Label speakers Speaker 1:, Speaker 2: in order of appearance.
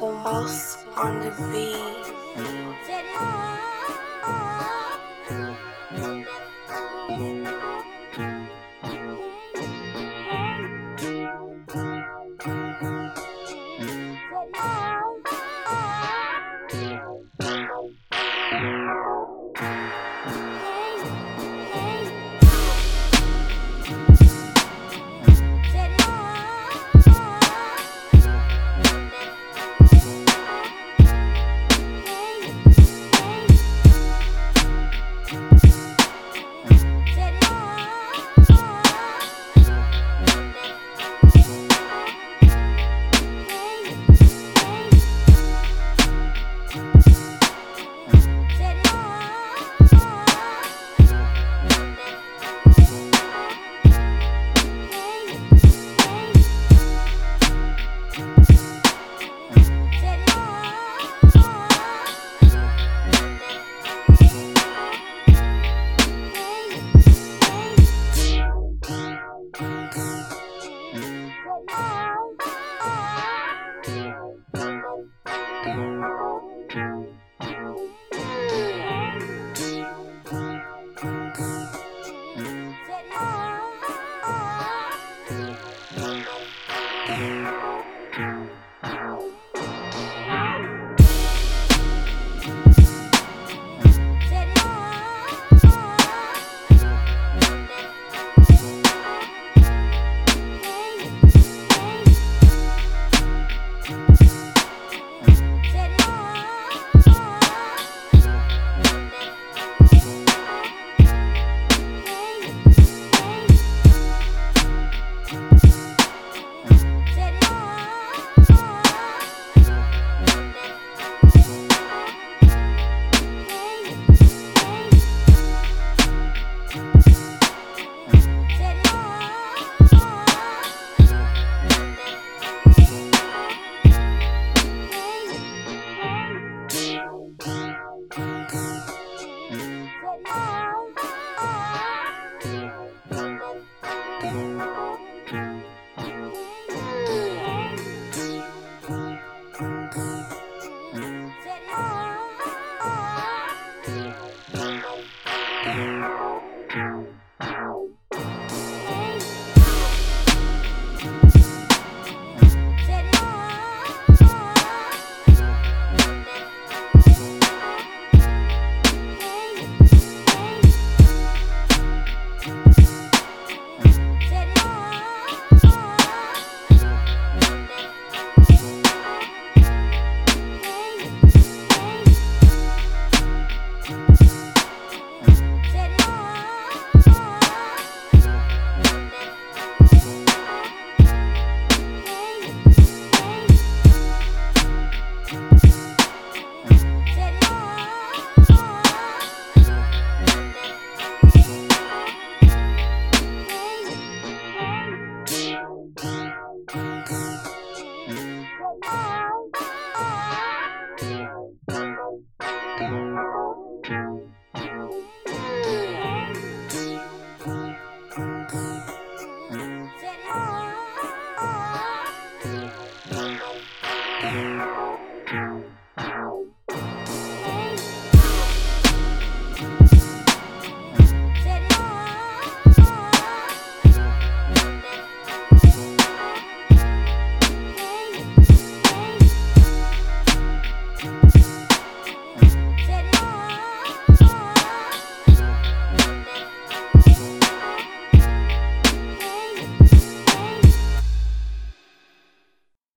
Speaker 1: Pulse on the beat.